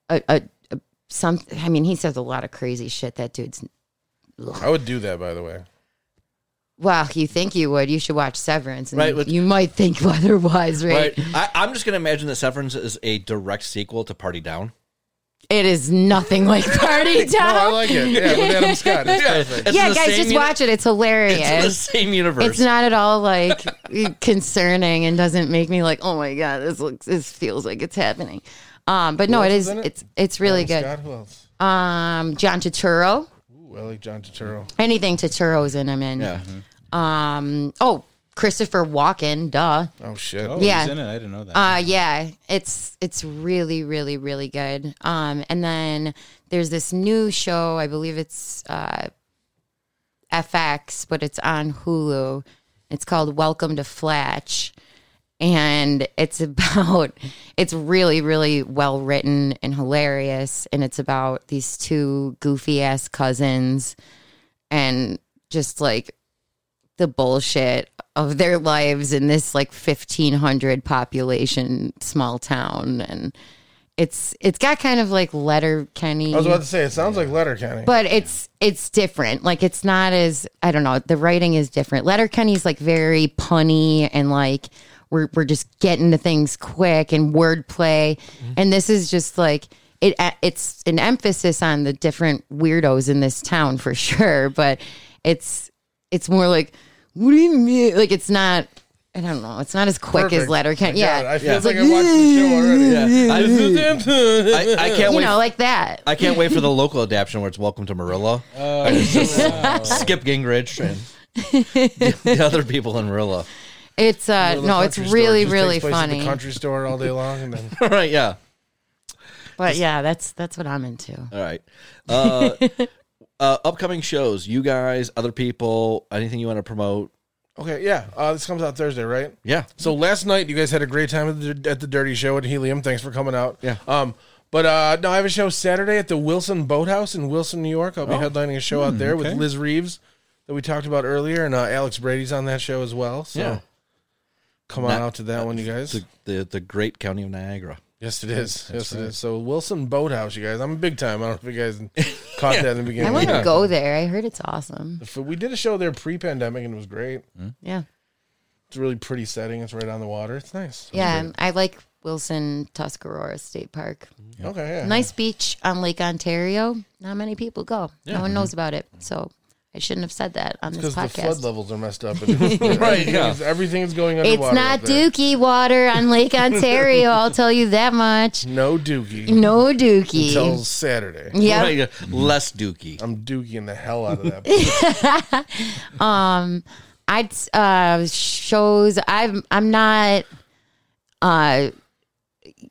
a, a, a some, I mean, he says a lot of crazy shit. That dude's I would do that, by the way. Well, you think you would. You should watch Severance. And Right, but- you might think otherwise, right? Right. I, I'm just gonna imagine that Severance is a direct sequel to Party Down. It is nothing like Party No, I Town. like it. Yeah, with Adam Scott. It's perfect. It's in yeah, the guys, same just uni- watch it. It's hilarious. It's in the same universe. It's not at all like concerning and doesn't make me like, oh my god, this looks, this feels like it's happening. Um, but no, else it is is. in it? It's it's really Adam good. Scott, who else? Um, John Turturro. Ooh, I like John Turturro. Anything Turturro's in him in. Yeah. Mm-hmm. Um. Oh, Christopher Walken. Duh. Oh, shit. Oh, Yeah. he's in it. I didn't know that. Uh yeah, it's it's really really really good. Um and then there's this new show, I believe it's uh FX, but it's on Hulu. It's called Welcome to Flatch and it's about it's really really well written and hilarious and it's about these two goofy ass cousins and just like the bullshit of their lives in this like 1500 population small town and it's it's got kind of like letter kenny I was about to say, it sounds like Letterkenny. but it's it's different. Like it's not as I don't know. The writing is different. Letterkenny's like very punny and like we're we're just getting to things quick and wordplay, Mm-hmm. and this is just like it. It's an emphasis on the different weirdos in this town for sure, but it's it's more like what do you mean? Like it's not. I don't know. It's not as quick as Perfect. letter. Can My yeah. God, I feel like, I watched the show already. I, I can't you wait. know, like that. I can't wait for the local adaptation where it's Welcome to Marilla. Oh, Skip Gingrich and the, the other people in Marilla. It's uh The no, it's country store really just really takes place At funny. the country store all day long, and then All right, yeah. But yeah, that's that's what I'm into. All right. Uh, uh, upcoming shows, you guys, other people, anything you want to promote? okay, yeah, uh, this comes out Thursday, right? Yeah. So last night you guys had a great time at the, at the Dirty Show at Helium. Thanks for coming out. Yeah. Um, but uh, no, I have a show Saturday at the Wilson Boathouse in Wilson, New York. Oh. I'll be headlining a show out there with Hmm, okay. Liz Reeves that we talked about earlier, and uh, Alex Brady's on that show as well. So Yeah. come on That- out to that one, you guys. The, the the great county of Niagara. yes, it is. Yes, it is. So Wilson Boathouse, you guys. I'm a big time. I don't know if you guys caught that in the beginning. I want to Yeah. go there. I heard it's awesome. F- We did a show there pre-pandemic, and it was great. Yeah. It's a really pretty setting. It's right on the water. It's nice. Yeah, and I like Wilson Tuscarora State Park. Okay. Yeah. Nice beach on Lake Ontario. Not many people go. No one knows about it. So I shouldn't have said that on this Because Mm-hmm. the flood podcast. levels are messed up. right. yeah. Everything is going underwater. It's not up there. dookie water on Lake Ontario, I'll tell you that much. No dookie No dookie. until Saturday. yeah. Right, yeah. Less dookie. I'm dookieing the hell out of that. I'd uh shows I'm I'm not uh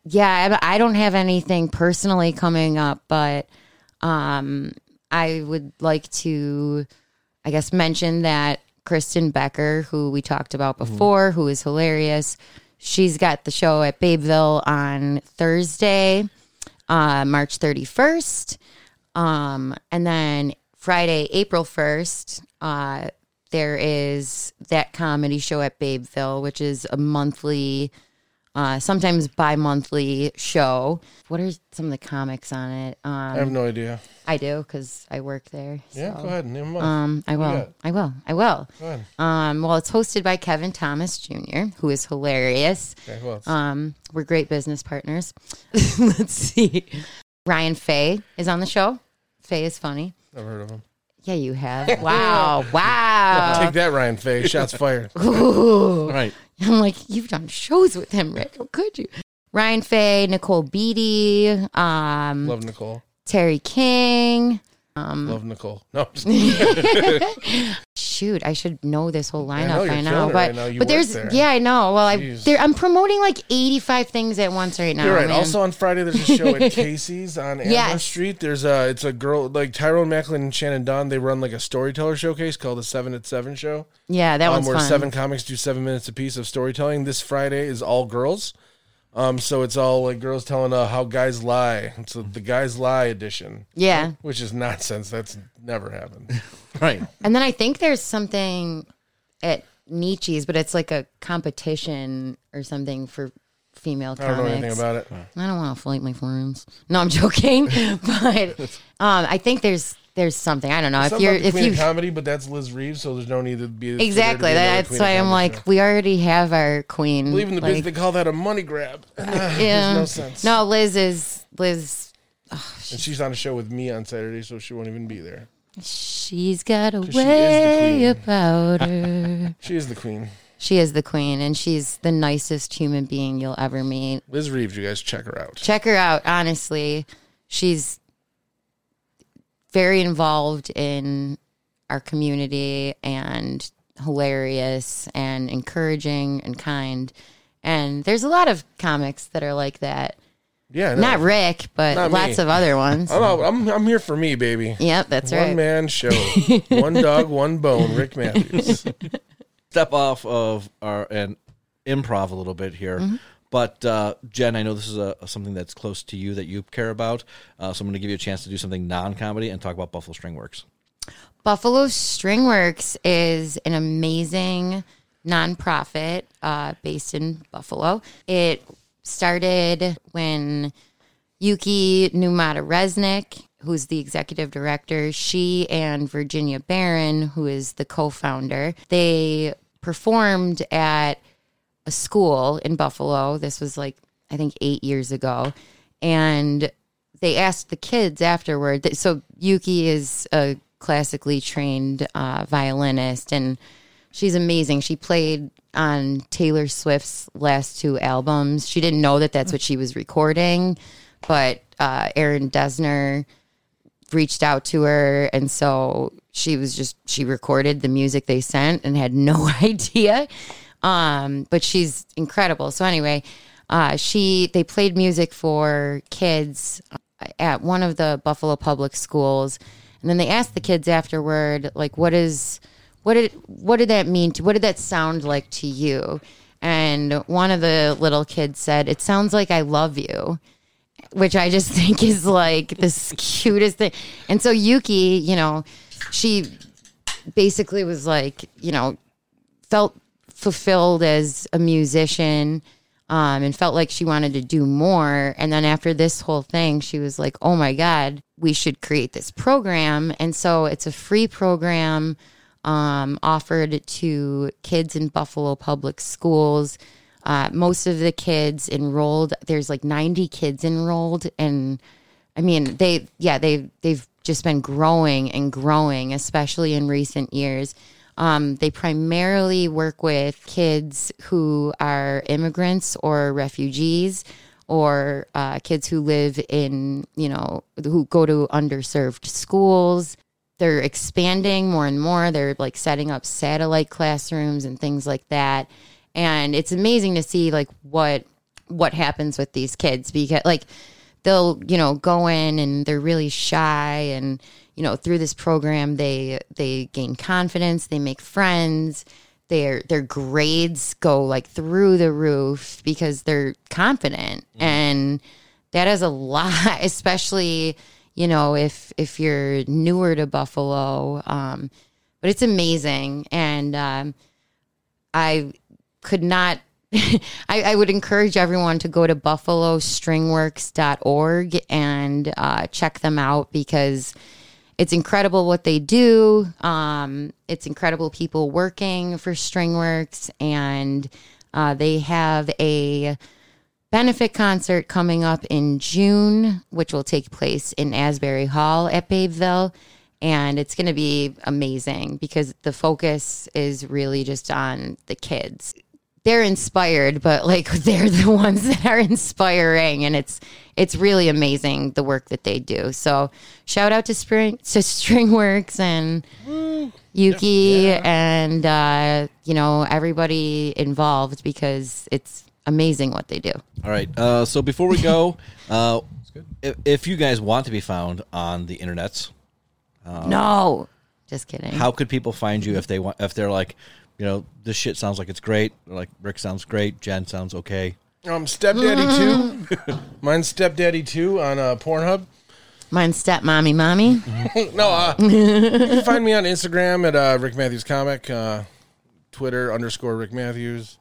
yeah, I I don't have anything personally coming up, but um I would like to I guess mention that Kristen Becker, who we talked about before, who is hilarious. She's got the show at Babeville on Thursday, uh, March 31st. Um, and then Friday, April 1st, uh, there is that comedy show at Babeville, which is a monthly, uh, sometimes bi monthly show. What are some of the comics on it? I Um, have no idea. I do because I work there. Yeah, so. go ahead. Name 'em up. Um, I got? will. I will. I will. go ahead. Um, well, it's hosted by Kevin Thomas Jr., who is hilarious. Okay, who else? Um, we're great business partners. Let's see. Ryan Faye is on the show. Faye is funny. Never heard of him. Yeah, you have. Wow. Wow. Take that, Ryan Faye. Shots fired. All right. I'm like, you've done shows with him, Rick. How could you? Ryan Faye, Nicole Beatty, um, Love Nicole. Terry King. Love Nicole. No, I'm just- shoot, I should know this whole I know, lineup you're by killing now. it But right now. You work but there's there. yeah, I know. Well, I Jeez. there, I'm promoting like 85 things at once right now. You're right. man. Also on Friday, there's a show at Casey's on Amherst Yes. Street. There's a it's a girl like Tyrone Macklin and Shannon Dunn. They run like a storyteller showcase called the Seven at Seven Show, yeah, that um, one's where fun. seven comics do seven minutes a piece of storytelling. This Friday is all girls. Um, so it's all like girls telling uh, how guys lie. It's uh, the guys lie edition, yeah, which is nonsense. That's never happened. Right. and then I think there's something at Nietzsche's, but it's like a competition or something for female I don't know anything comics. about it. I don't want to flake my forums. No, I'm joking. but um, I think there's there's something. I don't know if Something you're about the if Queen of you comedy, but that's Liz Reeves, so there's no need to be for there to exactly be another that's Queen of why I'm Comedy like show. we already have our queen. Believe in the like, biz, they call that a money grab. yeah. no sense. No, Liz is Liz. And she's on a show with me on Saturday, so she won't even be there. She's got a she is the way queen. about her. She is the queen. she is the queen, and she's the nicest human being you'll ever meet. Liz Reeves, you guys check her out. Check her out, honestly. She's very involved in our community and hilarious and encouraging and kind. And there's a lot of comics that are like that. Yeah, no. Not Rick, but Not me. lots of other ones. I'm, out- I'm I'm here for me, baby. Yep, that's one right. man show, one dog, one bone. Rick Matthews. Step off of our and improv a little bit here. But uh, Jen, I know this is a, something that's close to you that you care about. Uh, so I'm going to give you a chance to do something non-comedy and talk about Buffalo String Works. Buffalo Stringworks is an amazing nonprofit uh, based in Buffalo. It started when Yuki Numata Resnick, who's the executive director, she and Virginia Barron, who is the co founder, they performed at a a school in Buffalo. This was like, I think, eight years ago. And they asked the kids afterward. th- So Yuki is a classically trained uh, violinist, and she's amazing. She played on Taylor Swift's last two albums. She didn't know that that's what she was recording, but uh, Aaron Desner reached out to her and so she was just she recorded the music they sent and had no idea um but she's incredible so anyway uh she they played music for kids uh, at one of the buffalo public schools and then they asked the kids afterward like what is what did what did that mean to what did that sound like to you and one of the little kids said it sounds like i love you which I just think is like the cutest thing. And so Yuki, you know, she basically was like, you know, felt fulfilled as a musician um, and felt like she wanted to do more. And then after this whole thing, she was like, oh my God, we should create this program. And so it's a free program um, offered to kids in Buffalo Public Schools. Uh, most of the kids enrolled, there's like 90 kids enrolled. And I mean, they, yeah, they, they've just been growing and growing, especially in recent years. Um, they primarily work with kids who are immigrants or refugees or uh, kids who live in, you know, who go to underserved schools. They're expanding more and more. They're like setting up satellite classrooms and things like that. And it's amazing to see like what what happens with these kids because like they'll you know go in and they're really shy and you know through this program they they gain confidence they make friends their their grades go like through the roof because they're confident and that is a lot especially you know if if you're newer to buffalo um but it's amazing and um I could not. I, I would encourage everyone to go to buffalostringworks.org and uh, check them out because it's incredible what they do. Um, it's incredible people working for Stringworks, and uh, they have a benefit concert coming up in June, which will take place in Asbury Hall at Babeville. And it's going to be amazing because the focus is really just on the kids. They're inspired, but like they're the ones that are inspiring, and it's it's really amazing the work that they do. So shout out to Spring to Stringworks and Yuki and uh, you know everybody involved because it's amazing what they do. All right. Uh, so before we go, uh, if, if you guys want to be found on the internets, no, just kidding. how could people find you if they want? If they're like, you know, this shit sounds like it's great. Or like Rick sounds great. Jen sounds okay. Um, Stepdaddy 2. Mine's Stepdaddy 2 on uh, Pornhub. Mine's step mommy, mommy. No, uh, you can find me on Instagram at uh, Rick Matthews Comic, uh, Twitter underscore Rick Matthews.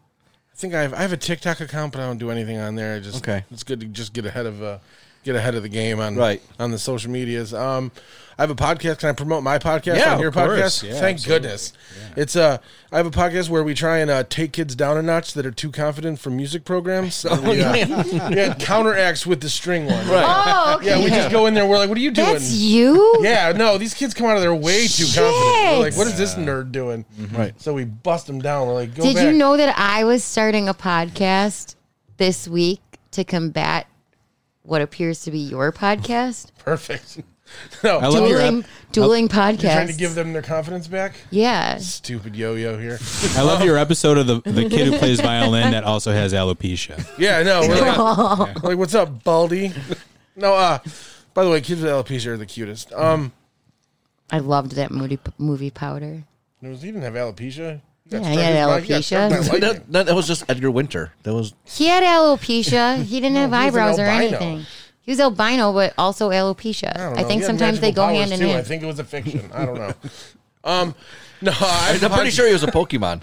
I think I have, I have a TikTok account, but I don't do anything on there. I just Okay. It's good to just get ahead of uh, get ahead of the game on Right. on the social medias. Um, I have a podcast. Can I promote my podcast Yeah, on your of course. podcast? Yeah, Thank absolutely. goodness. It's uh, I have a podcast where we try and uh, take kids down a notch that are too confident for music programs. So we, uh, yeah, counteracts with the string one. Right. Oh, okay. Yeah, we just go in there. We're like, what are you doing? That's you? Yeah, no, these kids come out of their way too Shit. confident. We're like, what is this nerd doing? Right. So we bust them down. We're like, go Did back. you know that I was starting a podcast this week to combat what appears to be your podcast? Perfect. no, I love your Dueling, dueling podcast. you're trying to give them their confidence back. yeah. Stupid yo-yo here. I love your episode of the the kid who plays violin that also has alopecia. yeah, no, we're like, like, what's up, Baldy? no, uh, by the way, kids with alopecia are the cutest. Um, I loved that movie, movie powder. no, does he even have alopecia? He got Yeah, he had struck by- struck alopecia. by lightning. That, that, that was just Edgar Winter. That was He had alopecia. He didn't have he was an eyebrows or albino. anything. He was albino, but also alopecia. don't I, know. think He had sometimes they magical go powers, hand in too. hand. I think it was a fiction. I don't know. Um, no, I, I'm pretty sure he was a Pokemon.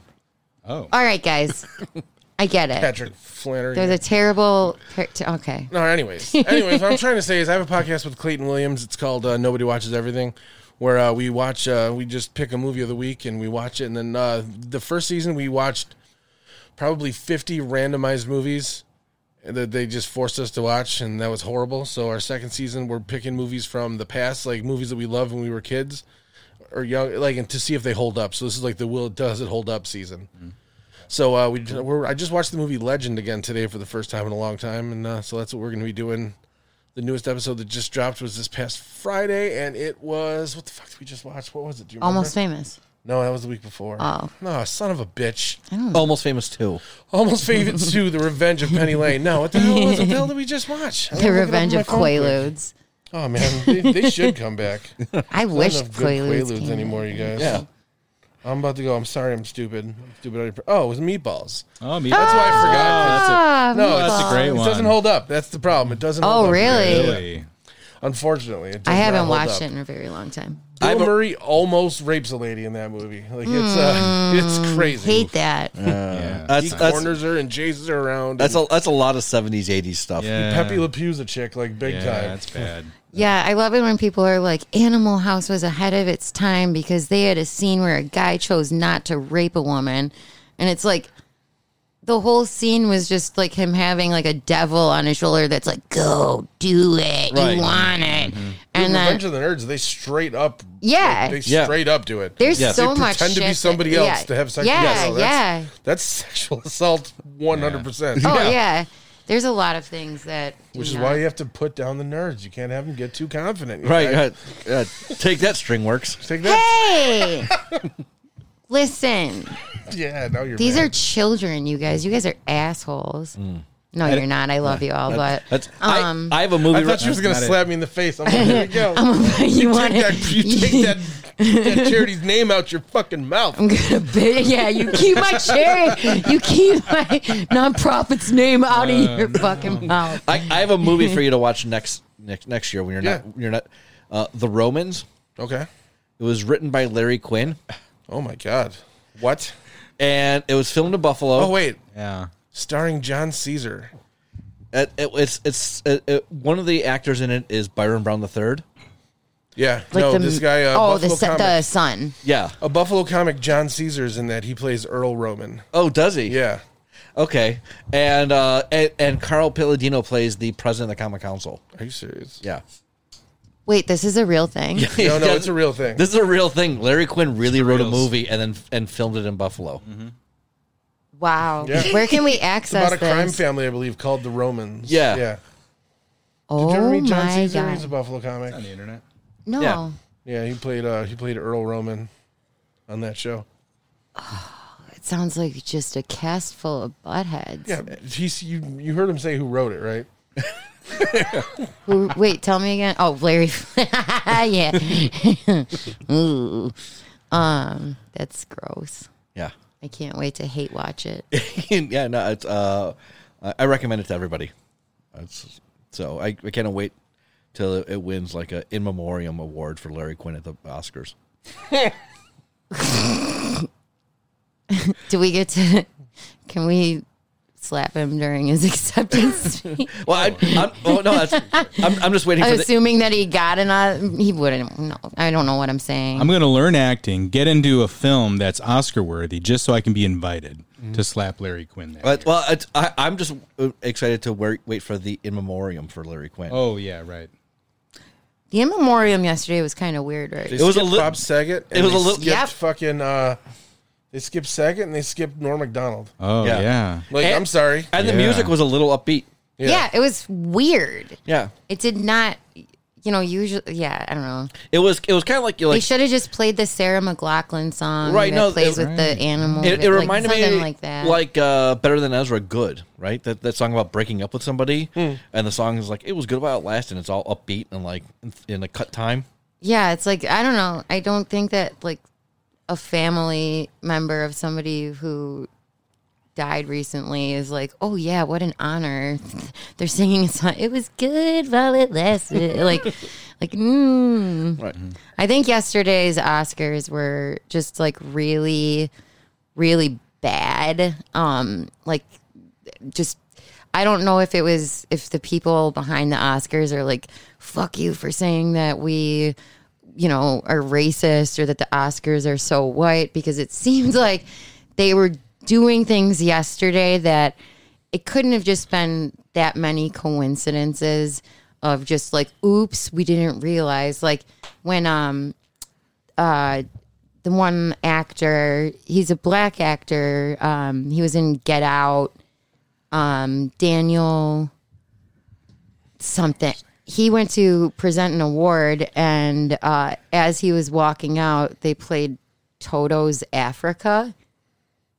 Oh, All right, guys. I get it. Patrick Flannery. There's a terrible. par- t- Okay. No, anyways, anyways, what I'm trying to say is I have a podcast with Clayton Williams. It's called uh, Nobody Watches Everything, where uh, we watch, uh, we just pick a movie of the week and we watch it. And then uh, the first season we watched probably 50 randomized movies that they just forced us to watch, and that was horrible. So our second season, we're picking movies from the past, like movies that we loved when we were kids or young, like, and to see if they hold up. So this is like the will does it hold up season. So uh, we we're, I just watched the movie Legend again today for the first time in a long time, and uh, so that's what we're going to be doing. The newest episode that just dropped was this past Friday, and it was what the fuck did we just watch? What was it? Do you remember? Almost famous. No, that was the week before. Oh. no, son of a bitch! Almost famous too. Almost favorite two, The Revenge of Penny Lane. No, what the hell was it? The hell did we just watch? I'm gonna The look it up Revenge on my of phone quick. Quaaludes. Oh man, they, they should come back. I Not wish enough good Quaaludes, Quaaludes came anymore, you guys. Yeah. I'm about to go. I'm sorry. I'm stupid. I'm stupid. already. Oh, it was meatballs. Oh, me. That's why I forgot. Ah, no, it's that's a great It one. doesn't hold up. That's the problem. It doesn't. Oh, hold up. really? Really? Unfortunately, it does I not haven't hold watched up. it in a very long time. Bill I've- Murray almost rapes a lady in that movie. Like it's uh, it's crazy. Hmm, Hate that. yeah. That's he that's corners her and chases her around. that's and a that's a lot of seventies, eighties stuff. yeah. Pepe Le Pew's a chick like big yeah, time. that's bad. Yeah, I love it when people are like, Animal House was ahead of its time because they had a scene where a guy chose not to rape a woman. And it's like, the whole scene was just like him having like a devil on his shoulder that's like, go do it. Right. You want it. And then, Mm-hmm. Revenge of the Nerds. They straight up. Yeah. They Yeah. straight up do it. there's Yes. so They much pretend to shit be that- somebody yeah. else to have sex. with Yeah, them. So yeah. that's, That's sexual assault, one hundred percent. Oh, yeah. There's a lot of things that. do Which is not- why you have to put down the nerds. You can't have them get too confident. You Right. guys. Uh, uh, take that string works. Take that. Hey! Listen. Yeah. Now you're. These mad. are children, you guys. You guys are assholes. Mm. No, you're not. I love you all, but That's Um, I, I have a movie. I thought she was gonna Not it. slap me in the face. I'm like, here we go. take you want that, you take that, that charity's name out your fucking mouth. I'm gonna bid- yeah, you keep my charity, you keep my nonprofit's name out Uh, of your fucking mouth. I, I have a movie for you to watch next next next year when you're Yeah. not you're not uh, the Romans. Okay. It was written by Larry Quinn, Oh my god. What? and it was filmed in Buffalo. Oh wait. Yeah. Starring John Caesar. It- it- it's it's it, it- one of the actors in it is Byron Brown the third. Yeah. no, the, this guy. Uh, oh, the Buffalo se- comic. the son. Yeah. a Buffalo comic, John Caesar's in that. He plays Earl Roman. Oh, does he? Yeah. Okay. And uh, and, and Carl Palladino plays the president of the Common Council. Are you serious? Yeah. Wait, this is a real thing. No, no, it's a real thing. This is a real thing. Larry Quinn really wrote a reals. movie and then and filmed it in Buffalo. Mm-hmm. Wow, Yeah. where can we it's about access a crime this? family, I believe, called the Romans. Yeah. Yeah. Did you ever Oh meet John my Caesar? He's a god, Buffalo comic. On the internet. no. Yeah. Yeah, he played uh he played Earl Roman on that show. It sounds like just a cast full of buttheads. Yeah, he's you you heard him say who wrote it, right? Who, wait, tell me again. Oh, Larry. yeah. Ooh. Um, that's gross. Yeah. I can't wait to hate watch it. yeah. No. It's uh, I I recommend it to everybody. It's, so I, I can't wait till it wins like a in memoriam award for Larry Quinn at the Oscars. Do we get to? Can we slap him during his acceptance speech? Well, I, I'm, oh no, that's, I'm I'm just waiting for the. Assuming that he got an, o- he wouldn't. No, I don't know what I'm saying. I'm going to learn acting, get into a film that's Oscar worthy just so I can be invited to slap Larry Quinn there. But, well, it's, I, I'm just uh, excited to wait, wait for the in memoriam for Larry Quinn. oh, yeah, right. the in memoriam yesterday was kind of weird, right? They It was a skipped lit- Bob Saget. and it was they a lit- skipped Yep. fucking. Uh, they skipped Saget and they skipped Norm Macdonald. Oh, Yeah. yeah. Like And- I'm sorry, and the Yeah. music was a little upbeat. yeah. it was weird. Yeah, It did not. You know, usually, yeah, I don't know. it was. It was kind of like you They like. should have just played the Sarah McLaughlin song, Right, That no, plays it- with the animal. It, it like, reminded something me like that. like, uh, better than Ezra. Good, right? That that song about breaking up with somebody, Hmm. and the song is like it was good about last, and it's all upbeat and like in a cut time. yeah, it's like I don't know. I don't think that like a family member of somebody who died recently is like, oh yeah, what an honor. They're singing a song. It was good while it lasted. like, like, Mm-hmm. mm. Right. I think yesterday's Oscars were just like really, really bad. Um, like just I don't know if it was if the people behind the Oscars are like fuck you for saying that we you know are racist or that the Oscars are so white because it seems like they were doing things yesterday that it couldn't have just been that many coincidences of just like oops we didn't realize like when um uh the one actor he's a black actor um he was in get out um daniel something he went to present an award and uh as he was walking out they played toto's africa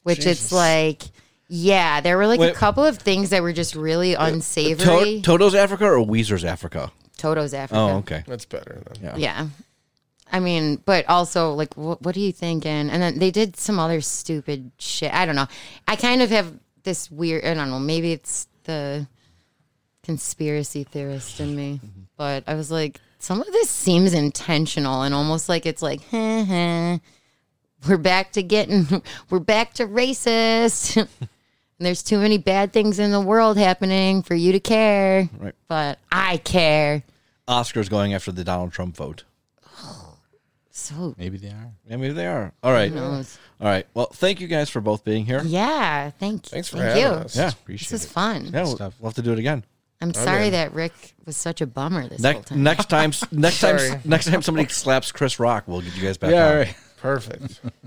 which it's like yeah there were like a Wait. couple of things that were just really unsavory To- Toto's Africa or Weezer's Africa? toto's africa Oh, okay. That's better. Then. yeah. I mean, but also, like, what, what are you thinking? And then they did some other stupid shit. I don't know. I kind of have this weird, I don't know, maybe it's the conspiracy theorist in me, Mm-hmm. but I was like, some of this seems intentional and almost like it's like, heh, heh, we're back to getting, we're back to racist. and there's too many bad things in the world happening for you to care. Right. But I care. Oscar's going after the Donald Trump vote. So Maybe they are. Yeah, maybe they are. All right. All knows? right. Well, thank you guys for both being here. Yeah, thank Thanks for thank having you. us. Yeah. Appreciate This is it. fun. Yeah, we'll, Stuff. we'll have to do it again. I'm sorry that Rick was such a bummer this whole Next, time. next time, next Sorry. time, next time somebody slaps Chris Rock, we'll get you guys back. Yeah, on. all right. Perfect.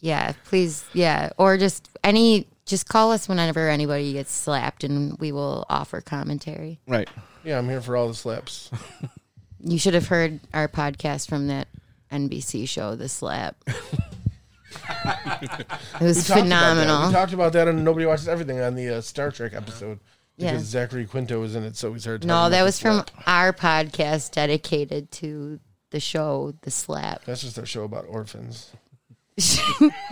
Yeah, please. Yeah, or just any. Just call us whenever anybody gets slapped, and we will offer commentary. right. Yeah, I'm here for all the slaps. You should have heard our podcast from that NBC show, The Slap. it talked about was that. phenomenal. We talked about that, and nobody watches everything on the uh, Star Trek episode Yeah. because Zachary Quinto was in it, so we started. talking no, about that the was from slap. our podcast dedicated to the show, The Slap. That's just a show about orphans.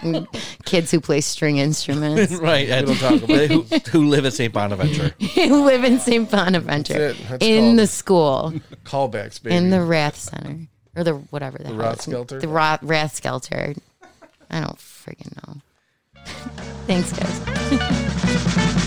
And kids who play string instruments. Right. And who, who live at St. Bonaventure. live in St. Bonaventure That's it. That's in called- the school Callbacks, baby. in the Wrath Center or the whatever the, hell it's- Rathskelter? the Ra- Rathskelter. I don't freaking know. Thanks, guys.